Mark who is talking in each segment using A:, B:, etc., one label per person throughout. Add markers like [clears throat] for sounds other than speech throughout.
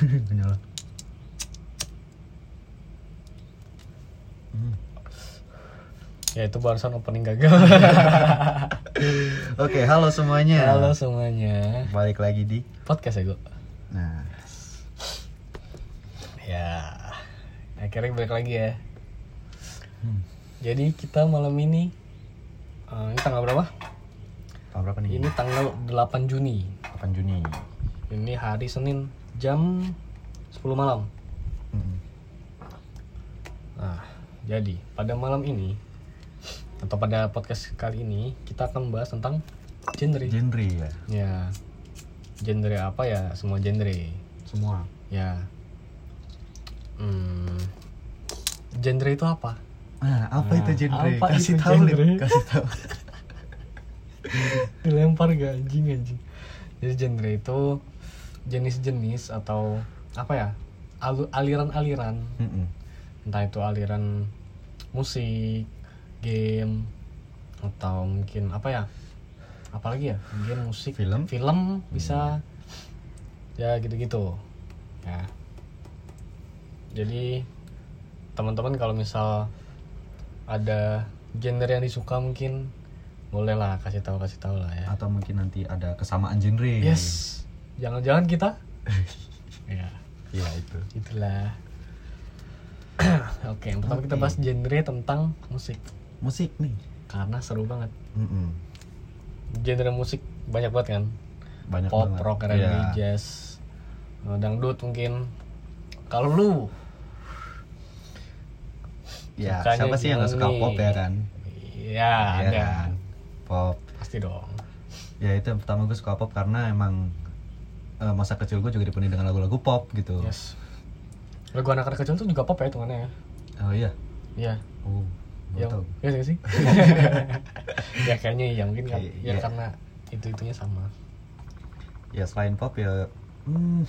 A: Nggak nyala. Hmm.
B: Ya itu barusan opening gagal.
A: Oke, halo semuanya.
B: [laughs] Halo semuanya.
A: Balik lagi di.
B: Podcast ya, Go.
A: Nah,
B: Ya. Akhirnya balik lagi ya.
A: Hmm.
B: Jadi kita malam ini eh, ini tanggal berapa?
A: tahun berapa nih?
B: Ini tanggal 8 Juni.
A: 8 Juni.
B: Ini hari Senin jam 10 malam.
A: Mm-mm.
B: Nah, jadi pada malam ini atau pada podcast kali ini kita akan membahas tentang genre.
A: Genre ya,
B: Ya. Genre apa ya? Semua genre.
A: semua.
B: Ya. Hmm. Genre itu [laughs] apa?
A: Nah, apa
B: Nah,
A: itu genre?
B: apa
A: Kasih
B: itu
A: tahu Lim.
B: genre?
A: kasih tahu.
B: Dilempar gak anjing anjing. Jadi genre itu jenis-jenis atau apa ya? Alu- aliran-aliran.
A: Mm-mm.
B: Entah itu aliran musik, game atau mungkin apa ya? Apalagi ya? Game, musik,
A: Film?
B: film bisa ya gitu-gitu. Ya. Jadi teman-teman kalau misal ada genre yang disuka mungkin boleh lah kasih tahu kasih tahu lah ya
A: Atau mungkin nanti ada kesamaan genre.
B: yes jangan-jangan kita ya
A: Ya itu.
B: itulah [clears throat] oke yang pertama kita bahas genre tentang musik
A: Musik nih.
B: karena seru banget
A: Mm-mm.
B: genre musik banyak banget kan
A: Banyak
B: pop
A: banget.
B: rock R&B
A: Iya.
B: jazz eh, dangdut mungkin kalau lu
A: Ya,
B: Sukanya
A: siapa sih yang gak suka
B: gimana
A: pop
B: nih?
A: ya kan?
B: ya
A: Iya
B: ada
A: kan? Pop.
B: pasti dong
A: Ya itu yang pertama gue suka pop karena emang eh, masa kecil gue juga dipenuhi dengan lagu-lagu pop gitu.
B: yes lagu anak-anak kecil tuh juga pop ya hitungannya ya
A: Oh iya.
B: iya
A: Oh,
B: Ya,
A: gak tahu.
B: ya nggak
A: [laughs]
B: sih? ya kayaknya iya mungkin kan.
A: Iya.
B: Ya, karena itu-itunya sama.
A: Ya selain pop ya hmm,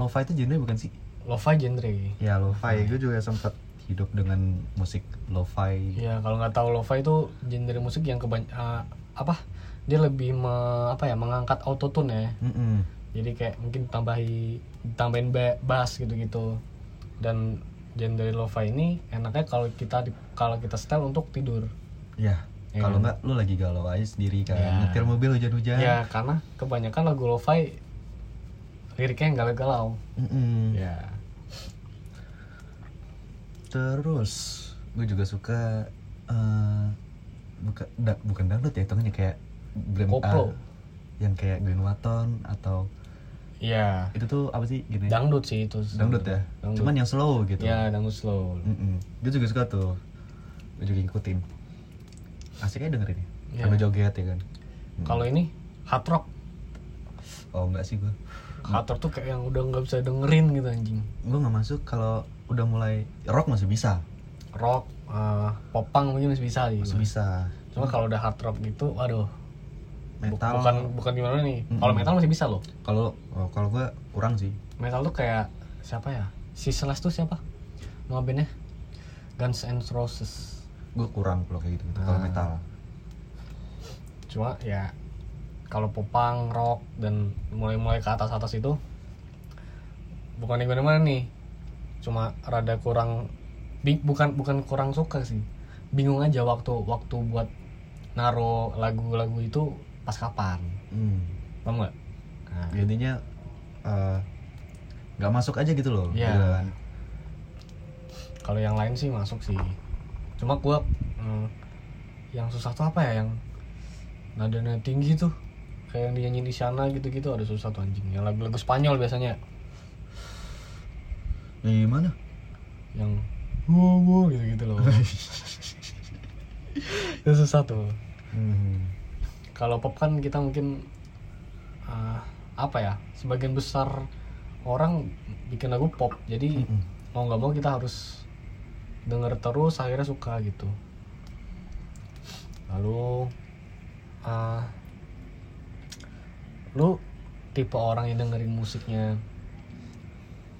A: lo-fi itu genre bukan sih?
B: Lo-fi genre.
A: Ya lo-fi gue juga sempat hidup dengan musik lo-fi.
B: Ya, kalau nggak tahu lo-fi itu genre musik yang keban eh, apa? Dia lebih me- apa ya, mengangkat autotune ya.
A: Mm-mm.
B: Jadi kayak mungkin tambahi tambahin ba- bass gitu-gitu. Dan genre lo-fi ini enaknya kalau kita di- kalau kita setel untuk tidur.
A: Ya,
B: Iya
A: kalau
B: kan?
A: nggak lo lagi galau aja sendiri kan,
B: Ya.
A: nyetir mobil hujan-hujan.
B: Ya, karena kebanyakan lagu lo-fi liriknya nggak galau.
A: Mm-mm.
B: Ya.
A: Terus gue juga suka eh buka, da- bukan dangdut ya, hitungannya kayak Glenn- ah,
B: Koplo.
A: yang kayak Glenn Watton atau
B: Ya.
A: itu tuh apa sih gini?
B: dangdut sih itu
A: dangdut ya.
B: Dangdut.
A: Cuman yang slow gitu.
B: ya dangdut slow
A: Mm-mm. Gue juga suka tuh. Gue juga ngikutin. Asik aja dengerin ya.
B: Iya.
A: Sambil joget ya kan.
B: kalau ini hard rock
A: Oh enggak sih gue. Hmm.
B: hard rock tuh kayak yang udah nggak bisa dengerin gitu anjing
A: Gue nggak masuk kalau udah mulai rock masih bisa.
B: rock eh, popang mungkin masih bisa sih
A: Masih bisa.
B: cuma kalau udah hard rock gitu waduh bu-
A: Metal.
B: bukan bukan gimana nih kalau
A: Mm-mm.
B: metal masih bisa loh
A: Kalau oh, kalau gue kurang sih.
B: metal tuh kayak siapa ya si Celeste tuh siapa nama bandnya Guns N' Roses
A: Gue kurang kalau kayak gitu. Kalau
B: Ah.
A: metal.
B: cuma ya kalau popang rock dan mulai-mulai ke atas-atas itu bukan yang gimana nih cuma rada kurang bi- bukan bukan kurang suka sih bingung aja waktu waktu buat naro lagu-lagu itu pas kapan
A: Hmm.
B: paham nggak Nah,
A: Intinya eh, nggak masuk aja gitu loh.
B: Iya.
A: Gila.
B: kalau yang lain sih masuk sih cuma gua mm, yang susah tuh apa ya yang nadanya tinggi tuh kayak yang dinyanyi di sana gitu-gitu ada susah tuh anjing yang lagu-lagu Spanyol biasanya
A: Yang gimana?
B: yang wow wow gitu gitu loh itu susah tuh
A: Hmm.
B: kalau pop kan kita mungkin eh, apa ya sebagian besar orang bikin lagu pop jadi
A: Mm-mm.
B: mau nggak mau kita harus denger terus akhirnya suka gitu lalu eh, lu tipe orang yang dengerin musiknya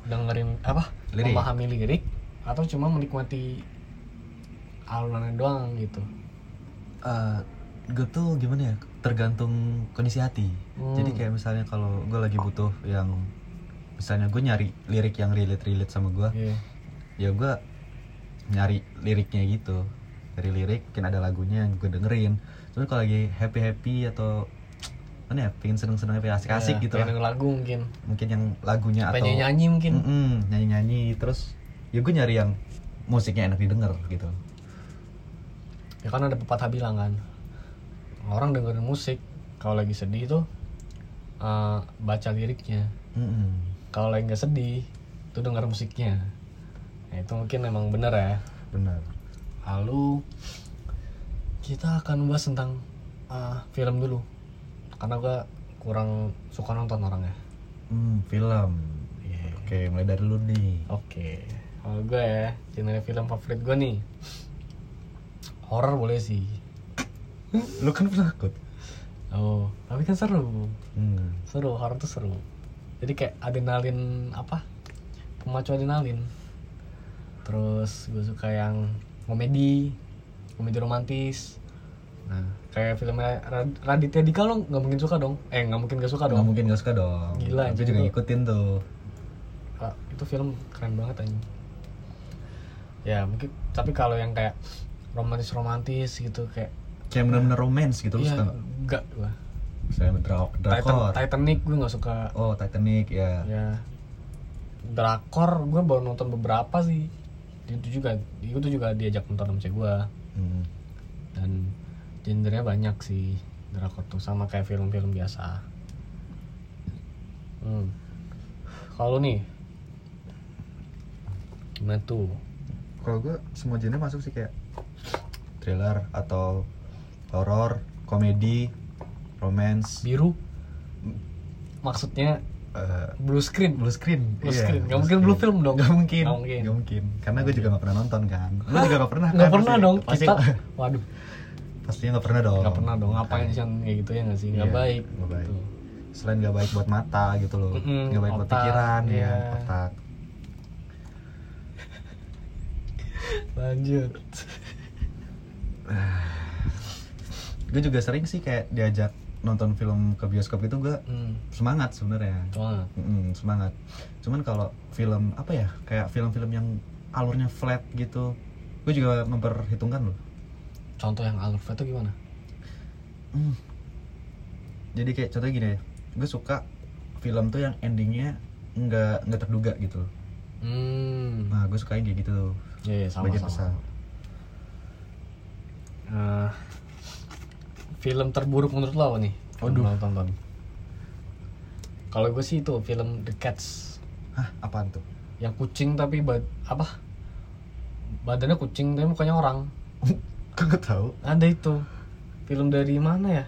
B: dengerin apa
A: Lirik.
B: memahami lirik atau cuma menikmati alunannya doang gitu
A: eh gue tuh gimana ya tergantung kondisi hati
B: Hmm.
A: jadi kayak misalnya kalau gue lagi butuh yang misalnya gue nyari lirik yang relate relate sama gue
B: Iya.
A: ya gue nyari liriknya gitu dari lirik mungkin ada lagunya yang gue dengerin cuman kalau lagi happy happy atau mana ya pengen seneng seneng asik asik
B: Iya,
A: gitu
B: pengen
A: lah
B: denger lagu mungkin
A: mungkin yang lagunya atau
B: pengen nyanyi mungkin
A: nyanyi nyanyi terus ya gue nyari yang musiknya enak didengar gitu
B: ya kan ada pepatah bilang kan orang dengerin musik kalau lagi sedih tuh eh, baca liriknya
A: Mm-mm.
B: kalau lagi nggak sedih tuh denger musiknya Ya, itu mungkin emang bener ya
A: benar
B: lalu kita akan bahas tentang eh, film dulu karena gue kurang suka nonton ya. orangnya
A: Hmm, film
B: Iya.
A: oke mulai dari lu nih
B: Oke, kalau gue ya, genre film favorit gue nih horor boleh sih.
A: lu kan penakut
B: Oh, tapi kan seru,
A: hmm.
B: seru horor tuh seru. Jadi kayak adrenalin apa? Pemacu adrenalin. Terus gue suka yang komedi, komedi romantis. Nah, kayak filmnya Rad- Raditya Dika lo nggak mungkin suka dong? Eh, nggak mungkin gak suka
A: nggak
B: dong?
A: mungkin gak suka dong
B: Gila,
A: tapi
B: anjing,
A: juga
B: lu.
A: ngikutin tuh
B: Ah, itu film keren banget anjing ya mungkin tapi kalau yang kayak romantis romantis gitu kayak
A: kayak benar-benar romance gitu lu
B: iya,
A: suka nggak?
B: enggak gua
A: misalnya dra-
B: Titan,
A: drakor
B: Titanic gue nggak suka
A: oh Titanic ya
B: ya drakor gue baru nonton beberapa sih itu juga itu juga diajak nonton sama cewek gue
A: Hmm.
B: dan gendernya banyak sih drakor tuh sama kayak film-film biasa hmm. kalau nih gimana tuh
A: kalau gue semua genre masuk sih kayak thriller atau horor komedi romance
B: biru maksudnya
A: eh,
B: blue screen
A: blue screen
B: blue
A: iya,
B: screen nggak mungkin blue film dong
A: nggak mungkin
B: Nggak mungkin.
A: Nggak mungkin. karena gue juga nggak pernah nonton kan lu juga nggak Oh. pernah
B: nggak
A: kan?
B: pernah
A: Pasti-
B: dong
A: pasti [laughs]
B: kita waduh
A: pastinya nggak pernah dong
B: nggak pernah dong ngapain sih kayak gitu ya nggak sih nggak
A: Iya,
B: baik
A: nggak baik.
B: gitu.
A: selain nggak baik buat mata gitu loh
B: Mm-mm,
A: nggak baik buat
B: otak,
A: pikiran
B: iya.
A: ya otak [laughs]
B: lanjut
A: gue juga sering sih kayak diajak nonton film ke bioskop itu gue
B: hmm.
A: semangat sebenarnya
B: Wah,
A: Mm, semangat cuman kalau film apa ya kayak film-film yang alurnya flat gitu gue juga memperhitungkan loh
B: contoh yang alur flat tuh gimana
A: Mm. jadi kayak contohnya gini ya gue suka film tuh yang endingnya nggak nggak terduga gitu loh.
B: hmm
A: nah gue suka yang kayak gitu tuh,
B: ya, ya sama
A: bagian
B: sama
A: besar
B: Eh, film terburuk menurut lo apa nih
A: Waduh.
B: Yang lo tonton kalau gue sih itu film The Cats
A: hah apaan tuh
B: yang kucing tapi bad, apa badannya kucing tapi mukanya orang
A: kagak tahu
B: ada itu film dari mana ya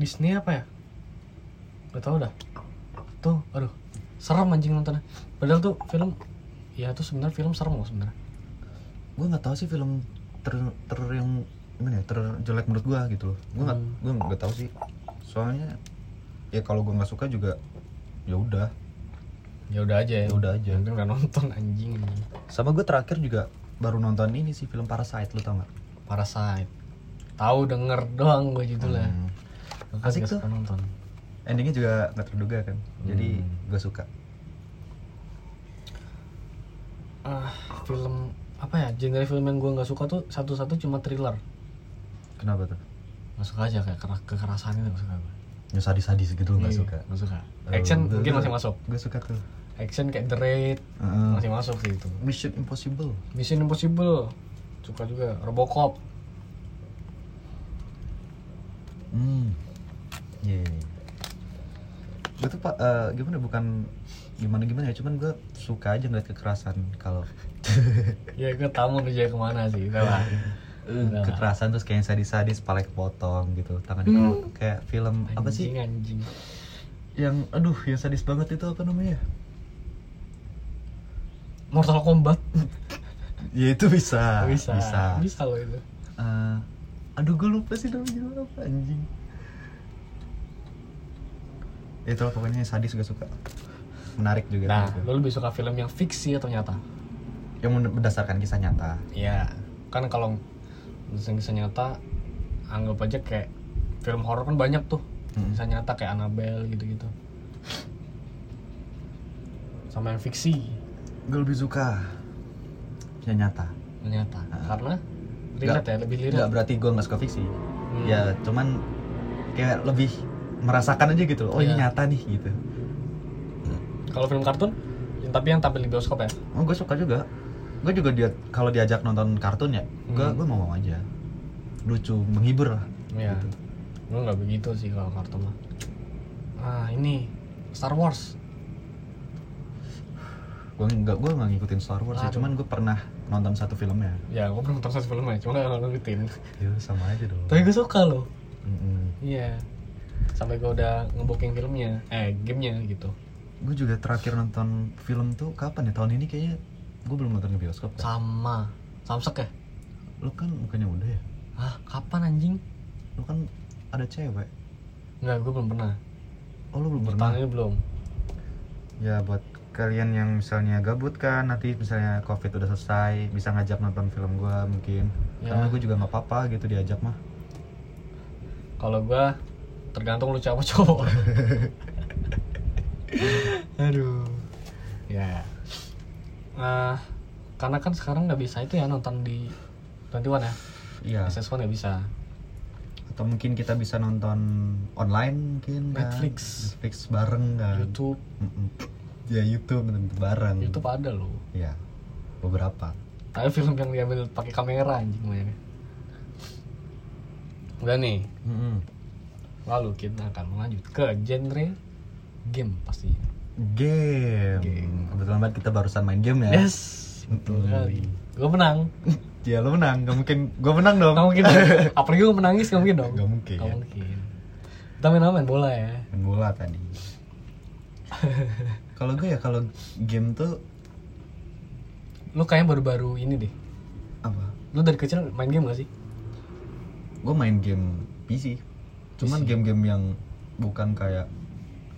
B: Disney apa ya gak tau dah tuh aduh serem anjing nontonnya padahal tuh film ya tuh sebenarnya film serem loh sebenarnya
A: gue nggak tahu sih film ter ter yang gimana ya terjelek menurut gue gitu loh gue nggak
B: Hmm.
A: gue nggak tahu sih soalnya ya kalau gue nggak suka juga ya udah
B: ya udah aja ya
A: Ya udah aja.
B: mungkin gak nonton anjing
A: sama gue terakhir juga baru nonton ini sih film Parasite lu tau gak?
B: Parasite tahu denger doang gue judulnya
A: Hmm.
B: Makanya
A: Asik
B: gak
A: tuh.
B: suka nonton
A: endingnya juga nggak terduga kan jadi
B: Hmm.
A: gue suka
B: ah film apa ya genre film yang gue nggak suka tuh satu-satu cuma thriller
A: kenapa tuh
B: nggak suka aja kayak kera- kekerasan itu nggak suka gue
A: ya sadis sadis gitu lu nggak
B: Iya,
A: suka
B: nggak suka action mungkin masih masuk
A: gue suka tuh
B: action kayak The Raid
A: Heeh.
B: masih masuk sih itu
A: Mission Impossible
B: Mission Impossible suka juga Robocop
A: hmm iya gue tuh Pak, eh, gimana bukan gimana gimana ya cuman gue suka aja ngeliat kekerasan
B: [laughs]
A: kalau
B: ya gue tamu aja kemana sih udah
A: [laughs]
B: lah
A: Eh,
B: Udah lah.
A: kekerasan terus kayak yang sadis-sadis pala kepotong gitu tangan dipotong. kayak film apa sih
B: anjing anjing
A: yang aduh yang sadis banget itu apa namanya
B: Mortal Kombat
A: ya itu bisa
B: bisa
A: bisa,
B: bisa loh itu
A: Eh, aduh gue lupa sih namanya apa anjing itu lah Ya pokoknya yang sadis gue suka menarik juga
B: nah
A: menurut gua.
B: lo lebih suka film yang fiksi atau nyata
A: yang men- berdasarkan kisah nyata
B: Iya kan kalau misalnya kisah nyata anggap aja kayak film horor kan banyak tuh
A: Mm.
B: kisah nyata kayak Annabelle gitu-gitu sama yang fiksi
A: gue lebih suka yang nyata
B: ternyata karena
A: Ah. Nggak-
B: relate ya lebih
A: nggak
B: relate Hmm.
A: berarti gue nggak suka fiksi ya cuman kayak lebih merasakan aja gitu loh oh ini
B: Iya.
A: nyata nih gitu
B: kalau film kartun yang- tapi yang tampil di bioskop ya
A: oh gue suka juga gue juga dia kalau diajak nonton kartun ya gue
B: Hmm.
A: gue mau mau aja lucu menghibur lah
B: Iya.
A: Gitu.
B: Gue nggak begitu sih kalau kartun mah. Ah ini Star Wars.
A: gue nggak gue nggak ngikutin Star Wars ya
B: Aduh.
A: cuman gue pernah nonton satu filmnya
B: Ya gue belum nonton sebelumnya, cuma [laughs] nggak ngikutin.
A: ya sama aja dong
B: Tapi gue suka loh.
A: Mm-mm.
B: Iya. Sampai gue udah ngebooking filmnya, eh gamenya gitu.
A: gue juga terakhir nonton film tuh kapan ya tahun ini kayaknya gue belum nonton di bioskop kan?
B: Sama Samsek ya?
A: lo kan bukannya udah ya
B: Hah kapan anjing?
A: lo kan ada cewek
B: Nggak gue belum pernah.
A: oh lo belum pernah
B: Tahun ini belum.
A: ya buat kalian yang misalnya gabut kan nanti misalnya covid udah selesai bisa ngajak nonton film gue mungkin
B: Ya.
A: karena gue juga nggak apa-apa gitu diajak mah
B: Kalau gue tergantung lu cowok [laughs] cowok. Aduh. Ya. Ah, karena kan sekarang nggak bisa itu ya nonton di 21 ya.
A: iya
B: SS1 nggak bisa.
A: atau mungkin kita bisa nonton online mungkin kan?
B: Netflix.
A: Netflix bareng kan
B: YouTube,
A: Mm-mm. ya YouTube tentu bareng
B: YouTube ada loh.
A: ya beberapa
B: Tapi film yang diambil pakai kamera anjing mainnya. Udah nih,
A: Mm-mm.
B: lalu kita akan lanjut ke genre game pasti.
A: Game.
B: Game.
A: Kebetulan banget kita barusan main game ya.
B: Yes, betul
A: Mm.
B: kali. Gue menang.
A: Ya lo menang, gak mungkin gue menang dong.
B: Gak mungkin dong. Apalagi gue menangis gak mungkin dong.
A: Gak mungkin.
B: Gak mungkin. Kita main apa? main bola ya.
A: Main bola
B: [laughs]
A: tadi. kalau gue ya kalau game tuh
B: Lu kayaknya baru-baru ini deh.
A: apa?
B: Lu dari kecil main game gak sih?
A: Gue main game PC. Cuman
B: PC.
A: game-game yang bukan kayak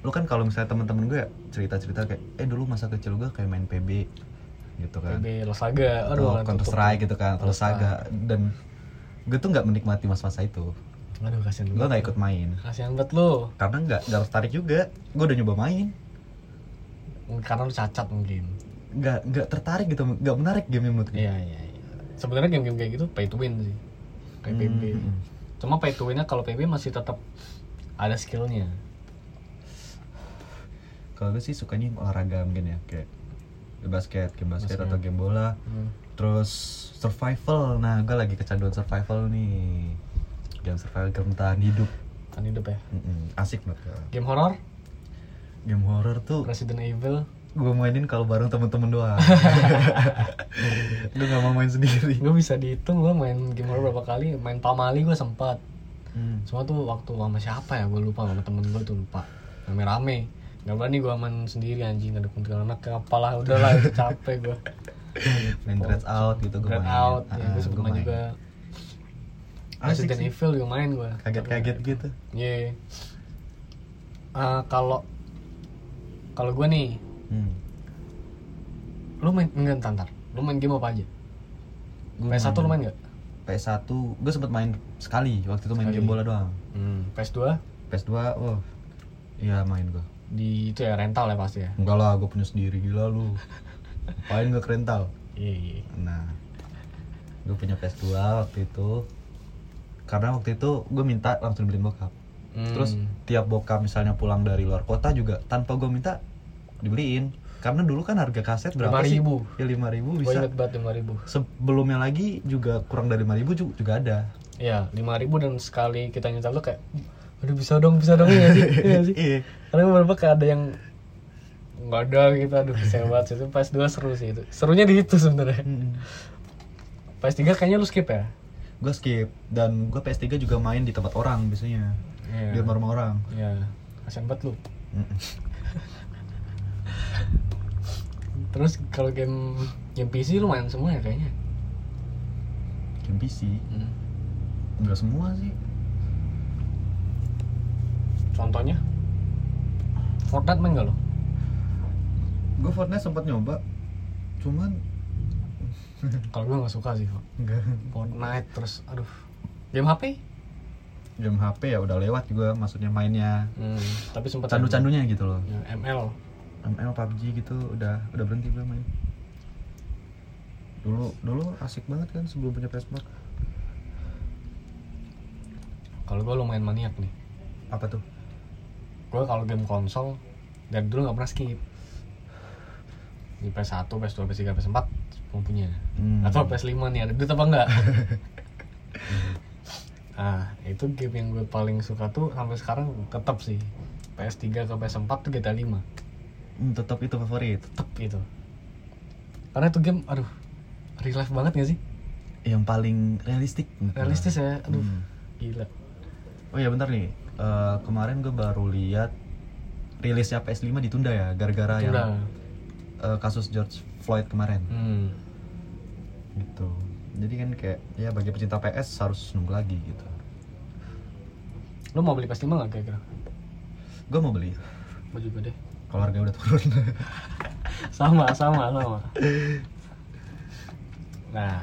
A: lu kan kalau misalnya teman-teman gue ya cerita-cerita kayak eh dulu masa kecil gue kayak main PB gitu kan.
B: PB Losaga. Aduh,
A: Atau
B: orang
A: Counter
B: tutup.
A: Strike gitu kan, atau
B: Counter Strike.
A: Saga dan gue tuh nggak menikmati masa-masa itu.
B: Aduh, kasihan
A: Gue nggak ikut main.
B: Kasihan banget lu.
A: karena nggak nggak tertarik juga gue udah nyoba main
B: Mungkin Karena lu cacat mungkin.
A: nggak nggak tertarik gitu nggak menarik game menurut gue
B: Iya, iya, iya. Sebenarnya game-game kayak gitu pay to win sih. Kayak PB.
A: Hmm.
B: Cuma pay to winnya kalau PB masih tetap ada skillnya.
A: kalau gue sih sukanya yang olahraga mungkin ya kayak basket game basket,
B: Basket.
A: atau game bola
B: Hmm.
A: terus survival nah gue lagi kecanduan survival nih game survival game bertahan hidup
B: Kan hidup ya.
A: Mm-mm, asik banget ya.
B: Game horor,
A: game horror tuh
B: Resident Evil.
A: gue mainin kalau bareng temen-temen
B: [laughs]
A: doang gue nggak mau main sendiri
B: Gue bisa dihitung gue main game horor berapa kali. Main pamali gue sempat.
A: Hmm.
B: Cuma tuh waktu sama siapa ya gue lupa sama temen gue tuh lupa Rame-rame Gak berani gue aman sendiri anjing ada kuntilanak anak apalah
A: [laughs]
B: udahlah udah capek gue
A: main dread out gitu gue main
B: Grand out ya,
A: Ah,
B: gue sempet
A: gua
B: main
A: main.
B: juga
A: Asik
B: Resident
A: sih.
B: Evil juga main gue
A: kaget-kaget gitu
B: Iya Ah, Kalau Kalau gue nih
A: Hmm.
B: Lu main Enggak ntar, ntar Lu main game apa aja?
A: Gua
B: PS1 lu main gak?
A: PS1 gue sempet main sekali waktu itu main
B: Sekali.
A: game bola doang
B: PS2
A: PS2 oh iya main gue
B: di itu ya rental ya pasti ya
A: enggak lah gue punya sendiri gila lu main gak rental
B: Iya iya
A: nah gue punya PS2 waktu itu karena waktu itu gue minta langsung beliin bokap
B: Hmm.
A: terus tiap bokap misalnya pulang dari luar kota juga tanpa gue minta dibeliin karena dulu kan harga kaset berapa sih?
B: 5.000.
A: ya 5000
B: Gue
A: bisa
B: inget banget 5000
A: sebelumnya lagi juga kurang dari 5000 juga, juga ada
B: Iya, lima ribu dan sekali kita nyetel tuh kayak, aduh bisa dong, bisa dong ya sih, [laughs] Iya sih.
A: [laughs] iya
B: Karena beberapa kayak ada yang nggak ada gitu, aduh kecewa banget sih. Itu PS 2 seru sih itu, serunya di itu sebenarnya.
A: Hmm.
B: PS 3 kayaknya lu skip ya?
A: gue skip dan gue PS3 juga main di tempat orang biasanya di rumah Hmm. rumah orang
B: Iya, kasian banget lu. Terus kalau game game PC lu main semua ya kayaknya?
A: game PC
B: Hmm.
A: nggak semua sih
B: Contohnya? Fortnite main nggak lu?
A: gue Fortnite sempat nyoba cuman
B: Kalau gue nggak suka sih
A: nggak
B: Fortnite terus, aduh. Game HP?
A: game HP ya udah lewat juga maksudnya mainnya
B: Hmm, tapi sempat
A: candu candunya gitu loh
B: Ya, ML
A: ML PUBG gitu udah udah berhenti belum main dulu dulu asik banget kan sebelum punya PS4
B: kalau gue lumayan maniak nih
A: apa tuh
B: gue kalau game konsol dari dulu nggak pernah skip di PS1, PS2, PS3, PS4 punya
A: Hmm.
B: atau PS5 nih ada duit apa
A: [laughs]
B: enggak nah itu game yang gue paling suka tuh sampai sekarang tetap sih PS3 ke PS4 tuh GTA 5
A: hmm, tetap itu favorit
B: tetap gitu karena itu game aduh real life banget gak sih
A: yang paling realistik
B: realistis ya aduh
A: Hmm.
B: gila
A: oh ya bentar nih Eh, kemarin gue baru lihat rilisnya PS5 ditunda ya gara-gara yang
B: udah
A: eh, kasus George Floyd kemarin
B: hmm.
A: gitu jadi kan kayak ya bagi pecinta PS harus nunggu lagi gitu
B: lo mau beli PS5 gak kira-kira
A: gue mau beli
B: mau juga deh [laughs]
A: kalau harganya udah turun [laughs]
B: sama sama sama nah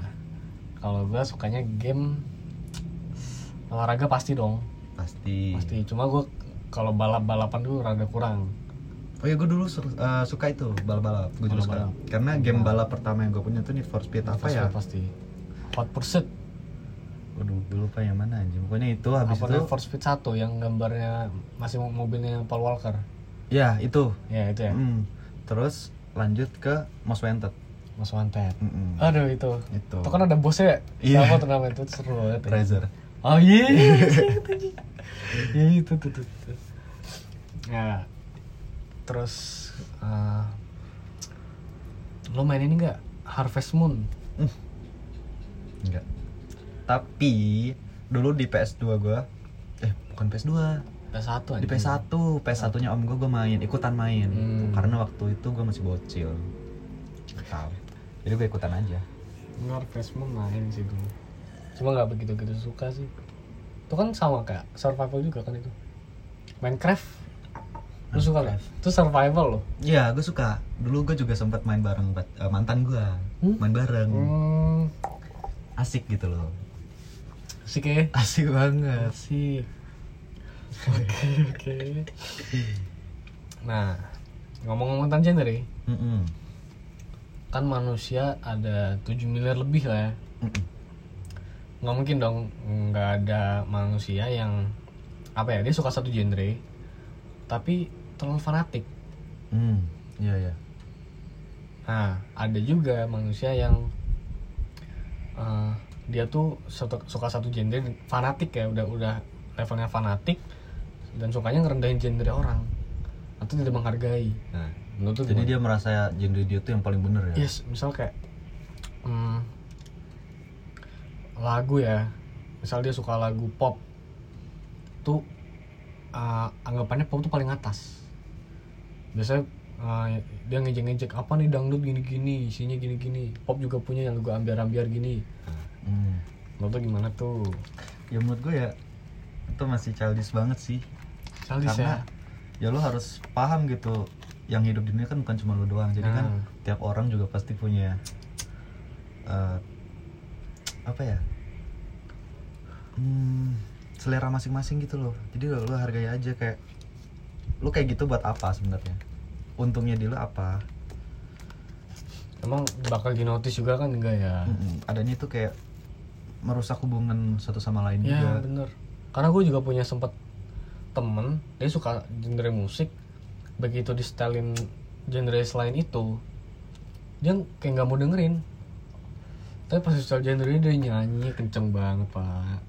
B: kalau gue sukanya game olahraga pasti dong
A: pasti
B: pasti cuma gue kalau balap balapan dulu rada kurang
A: oh ya gue dulu sur- eh, suka itu balap-balap gue juga suka
B: Balap-balap.
A: karena game balap pertama yang gue punya tuh Need for Speed apa
B: Pasti-
A: ya
B: pasti Hot Pursuit
A: gue dulu lupa yang mana aja pokoknya itu habis
B: apa
A: itu
B: Need for Speed 1 yang gambarnya masih mo- mobilnya Paul Walker
A: ya itu
B: ya itu ya
A: Mm. terus lanjut ke Most Wanted
B: Mas Wanted
A: Mm-mm.
B: aduh itu
A: itu
B: itu kan ada bosnya
A: Gitu. Iya.
B: siapa tuh namanya itu seru banget ya.
A: Treasure
B: Oh [laughs] iya, iya itu tuh tuh. tuh. Ya, terus eh, lo main ini nggak Harvest Moon?
A: enggak tapi dulu di PS2 gue eh bukan PS2
B: PS1
A: di PS1 PS1 nya om gue gue main ikutan main
B: Hmm.
A: karena waktu itu gue masih bocil Nggak tahu jadi gue ikutan aja
B: Harvest Moon main sih dulu. Cuma nggak begitu gitu suka sih. Itu kan sama kayak survival juga kan itu. Minecraft. Lo suka nggak? Itu survival loh.
A: Iya, gue suka. Dulu gue juga sempat main bareng bat- eh, mantan gue,
B: Hmm?
A: main bareng,
B: Hmm,
A: asik gitu loh.
B: sih ya.
A: Asik banget.
B: sih oke oke nah ngomong-ngomong tentang gender ya,
A: Mm-mm.
B: kan manusia ada 7 miliar lebih lah ya
A: Mm-mm.
B: nggak mungkin dong nggak ada manusia yang apa ya dia suka satu genre tapi terlalu fanatik
A: Mm. Iya iya.
B: nah ada juga manusia yang eh, dia tuh satu- suka satu genre fanatik ya udah udah levelnya fanatik dan sukanya ngerendahin genre orang atau tidak menghargai
A: Nah,
B: menurut lu
A: jadi
B: gimana?
A: dia merasa genre dia tuh yang paling bener ya.
B: yes misal kayak hmm, lagu ya misal dia suka lagu pop tuh uh, anggapannya pop tuh paling atas biasanya uh, dia ngejek-ngejek apa nih dangdut gini-gini isinya gini-gini pop juga punya yang lagu ambiar-ambiar gini
A: Mm.
B: lo tuh gimana tuh
A: Ya menurut gue ya itu masih childish banget sih.
B: Childish ya
A: Karena ya lo harus paham gitu yang hidup di dunia kan bukan cuma lo doang. Jadi kan
B: Nah.
A: tiap orang juga pasti punya eh, apa ya? Hmm, selera masing-masing gitu loh. Jadi lo, lo hargai aja kayak lo kayak gitu buat apa sebenarnya? Untungnya di lo apa?
B: emang bakal di notice juga kan enggak ya
A: Mm-mm. Hmm, Adanya itu kayak merusak hubungan satu sama lain juga.
B: Ya bener Karena gue juga punya sempet temen Dia suka genre musik Begitu di setelin genre selain itu Dia kayak nggak mau dengerin Tapi pas di setel genre dia nyanyi kenceng banget pak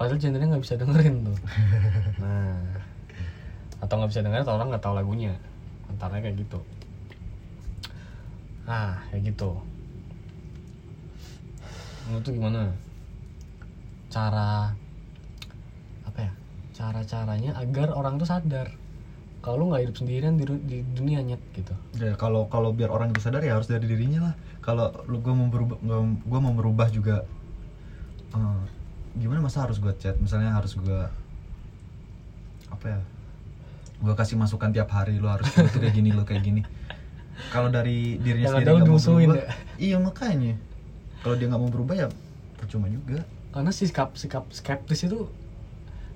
B: Padahal genre nggak bisa dengerin
A: [laughs]
B: tuh Nah Atau nggak bisa dengerin atau orang nggak tahu lagunya Antaranya kayak gitu Nah kayak gitu Menurut tuh gimana? cara apa ya cara caranya agar orang tuh sadar kalau lu nggak hidup sendirian di, ru- di dunia nyet gitu
A: Ya, kalau kalau biar orang itu sadar ya harus dari dirinya lah. Kalau lu gue mau berubah, gua- gua mau merubah juga. eh, gimana masa harus gue chat? Misalnya harus gue apa ya? Gue kasih masukan tiap hari lu harus lu tuh kayak gini, lu kayak gini. Kalau dari dirinya
B: Yang
A: sendiri
B: ada lu
A: nggak mau
B: dimusuhin
A: berubah, iya makanya. Kalau dia nggak mau berubah ya percuma juga.
B: karena sikap sikap skeptis itu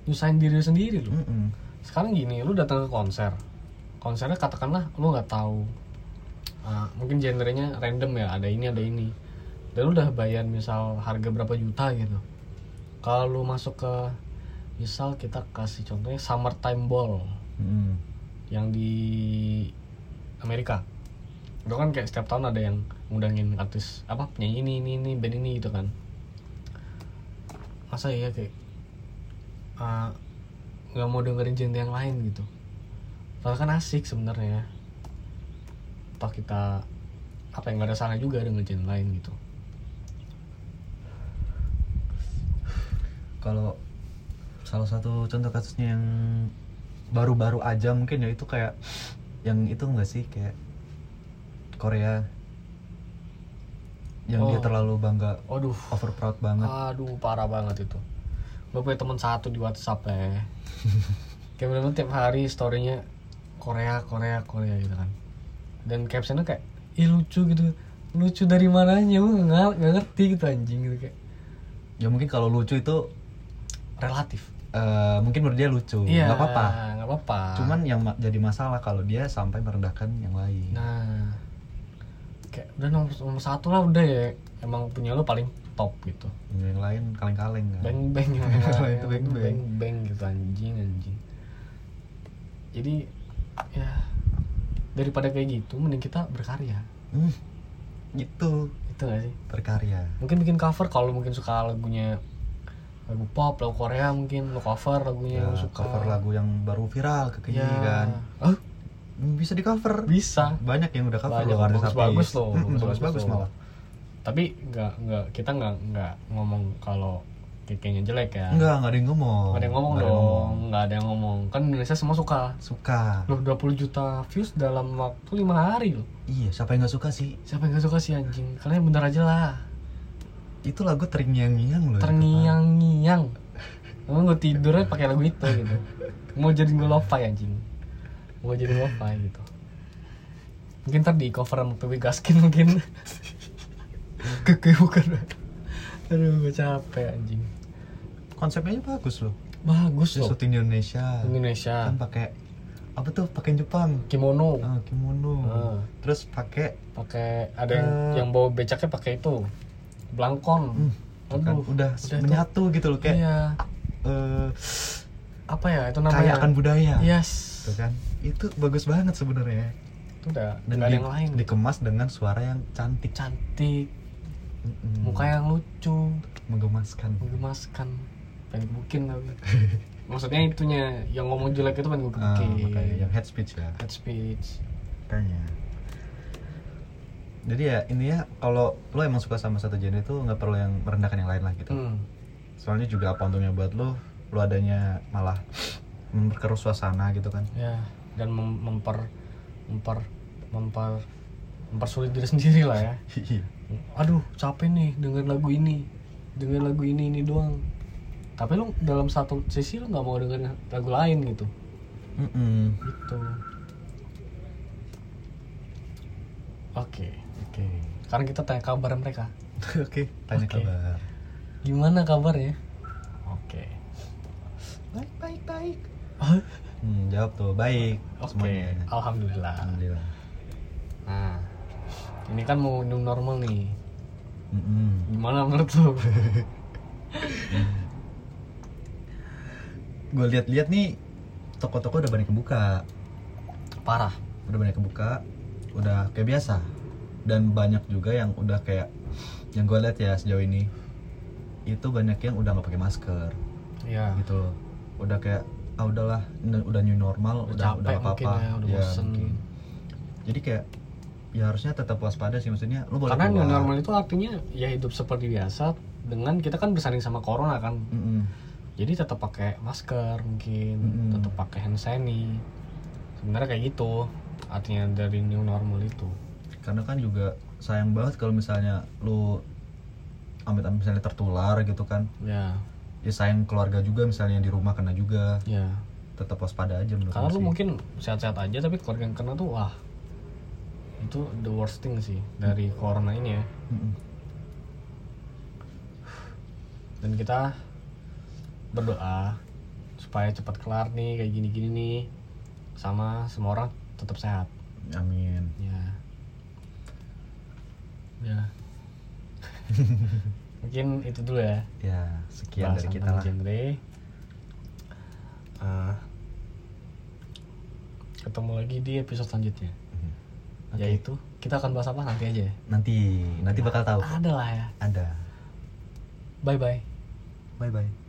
B: nyusahin diri lu sendiri lu
A: Mm-mm.
B: sekarang gini lu datang ke konser konsernya katakanlah lu nggak tahu ah, mungkin genrenya random ya ada ini ada ini dan lu udah bayar misal harga berapa juta gitu kalau lu masuk ke misal kita kasih contohnya summertime ball
A: Mm.
B: yang di Amerika itu kan kayak setiap tahun ada yang ngundangin artis apa penyanyi ini ini ini band ini gitu kan masa iya kayak ah, nggak mau dengerin genre yang lain gitu padahal kan asik sebenarnya toh kita apa yang nggak ada salah juga dengan genre lain gitu
A: kalau salah satu contoh kasusnya yang baru-baru aja mungkin ya itu kayak yang itu enggak sih kayak Korea yang dia
B: Oh. Ah.
A: terlalu bangga
B: aduh
A: over proud banget
B: aduh parah banget itu gue punya teman satu di WhatsApp
A: [laughs]
B: ya kayak bener tiap hari storynya Korea Korea Korea gitu kan dan captionnya kayak ih lucu gitu lucu dari mananya gue nggak nggak ngerti gitu anjing gitu kayak
A: ya mungkin kalau lucu itu
B: relatif
A: eh, mungkin menurut dia lucu
B: Iya.
A: nggak apa-apa
B: nggak apa-apa
A: cuman yang ma- jadi masalah kalau dia sampai merendahkan yang lain
B: nah kayak udah nomor, nomor satu lah udah ya emang punya lo paling top gitu
A: yang lain kaleng-kaleng kan
B: beng beng yang
A: Kalau [laughs] itu beng-beng.
B: beng beng gitu anjing anjing jadi ya daripada kayak gitu mending kita berkarya
A: Hmm, gitu
B: itu gak sih
A: berkarya
B: mungkin bikin cover kalau mungkin suka lagunya lagu pop lagu Korea mungkin lo cover
A: ya,
B: lagunya yang lo Iya, suka
A: cover lagu yang baru viral ke
B: ya.
A: kan
B: Hah?
A: Hmm, bisa di cover
B: bisa
A: banyak yang udah cover
B: Banyak,
A: loh artis
B: bagus-bagus
A: [laughs]
B: loh,
A: bagus bagus
B: bagus-bagus loh. Nah.
A: malah
B: tapi nggak nggak kita nggak nggak ngomong kalau kayaknya jelek ya
A: enggak enggak ada yang ngomong
B: Nggak ada yang
A: Nggak ada yang
B: ngomong dong
A: ngomong.
B: nggak ada yang ngomong kan Indonesia semua suka
A: suka
B: Loh, 20 juta views dalam waktu lima hari loh.
A: iya siapa yang nggak suka sih
B: Siapa yang gak suka sih anjing? Kalian bener aja lah.
A: itu lagu terngiang-ngiang loh itu, Pak.
B: Terngiang-ngiang. Emang gue tidurnya pakai lagu itu gitu. Mau jadi gue lo-fi anjing. Mau jadi lo-fi gitu. Mungkin ntar di cover sama PW Gaskin
A: [laughs]
B: mungkin. Keke bukan. Aduh, gue capek anjing.
A: konsepnya aja bagus loh
B: Bagus
A: Dia
B: loh.
A: syuting di Indonesia
B: Indonesia.
A: kan pakai apa tuh pakai Jepang
B: Kimono.
A: Ah, kimono
B: Ah.
A: terus pakai
B: Pakai ada yang
A: Eh.
B: yang bawa becaknya pakai itu. Blangkon.
A: Hmm, kan
B: Aduh,
A: udah,
B: udah
A: menyatu gitu loh kayak
B: Iya.
A: eh,
B: Apa ya itu namanya? Iya.
A: kaya akan budaya
B: Yes.
A: Tuh kan itu bagus banget sebenarnya
B: Itu udah
A: dan
B: nggak ada
A: di- Hmm.
B: yang lain.
A: dikemas dengan suara yang cantik
B: Cantik,
A: Mm-mm.
B: muka yang lucu,
A: menggemaskan
B: menggemaskan. Pengen gebukin
A: [laughs]
B: tapi. Maksudnya itunya yang ngomong jelek itu pengen gue
A: Ah,
B: gebukin.
A: makanya yang head speech ya
B: Head speech.
A: makanya jadi ya ini ya kalau lo emang suka sama satu genre itu nggak perlu yang merendahkan yang lain lah gitu
B: Hmm.
A: soalnya juga apa untungnya buat lo lo adanya malah memperkeruh suasana gitu kan
B: Ya, dan mem- memper memper memper mempersulit diri sendiri lah ya.
A: Iya.
B: Aduh, capek nih denger lagu ini. Denger lagu ini ini doang. Tapi lu dalam satu sesi lu nggak mau dengerin lagu lain gitu.
A: Mm-mm.
B: Gitu. Oke.
A: oke
B: Sekarang kita tanya kabar mereka.
A: oke tanya
B: Oke.
A: kabar
B: Gimana kabarnya? Oke.
A: baik baik baik hmm, jawab tuh baik
B: Oke.
A: semuanya Hmm.
B: Alhamdulillah.
A: alhamdulillah
B: Nah, ini kan mau new normal nih.
A: Mm-mm.
B: Gimana menurut lo?
A: gue lihat-lihat nih toko-toko udah banyak yang buka
B: [laughs] Parah.
A: udah banyak yang buka udah kayak biasa dan banyak juga yang udah kayak yang gue lihat ya sejauh ini itu banyak yang udah nggak pakai masker
B: Iya.
A: gitu loh udah kayak ah udahlah n- udah new normal
B: Udah
A: udah Iya, udah apa
B: capek
A: apa
B: mungkin ya, udah bosen.
A: jadi kayak ya harusnya tetap waspada sih maksudnya lu boleh
B: Karena new
A: keluar.
B: normal itu artinya ya hidup seperti biasa dengan kita kan bersanding sama corona kan.
A: Mm-mm.
B: Jadi tetap pakai masker mungkin,
A: Mm-mm.
B: tetap pakai hand sanitizer. Sebenarnya kayak gitu artinya dari new normal itu.
A: karena kan juga sayang banget kalau misalnya lu amit amit misalnya tertular gitu kan
B: Ya,
A: ya sayang keluarga juga misalnya yang di rumah kena juga
B: ya.
A: tetap waspada aja menurut
B: Karena
A: gue
B: lu
A: sih.
B: mungkin sehat-sehat aja tapi keluarga yang kena tuh wah itu the worst thing sih dari
A: Mm.
B: corona ini ya.
A: Mm-mm.
B: Dan kita berdoa supaya cepat kelar nih kayak gini-gini nih sama semua orang tetap sehat
A: amin
B: ya ya
A: [laughs]
B: mungkin itu dulu ya
A: ya sekian dari
B: bahasan
A: kita
B: tentang
A: lah Ah.
B: genre Eh, ketemu lagi di episode selanjutnya
A: Mhm. Oke.
B: yaitu kita akan bahas apa nanti aja ya
A: nanti nanti bakal tahu
B: ada lah ya
A: ada
B: bye bye
A: bye bye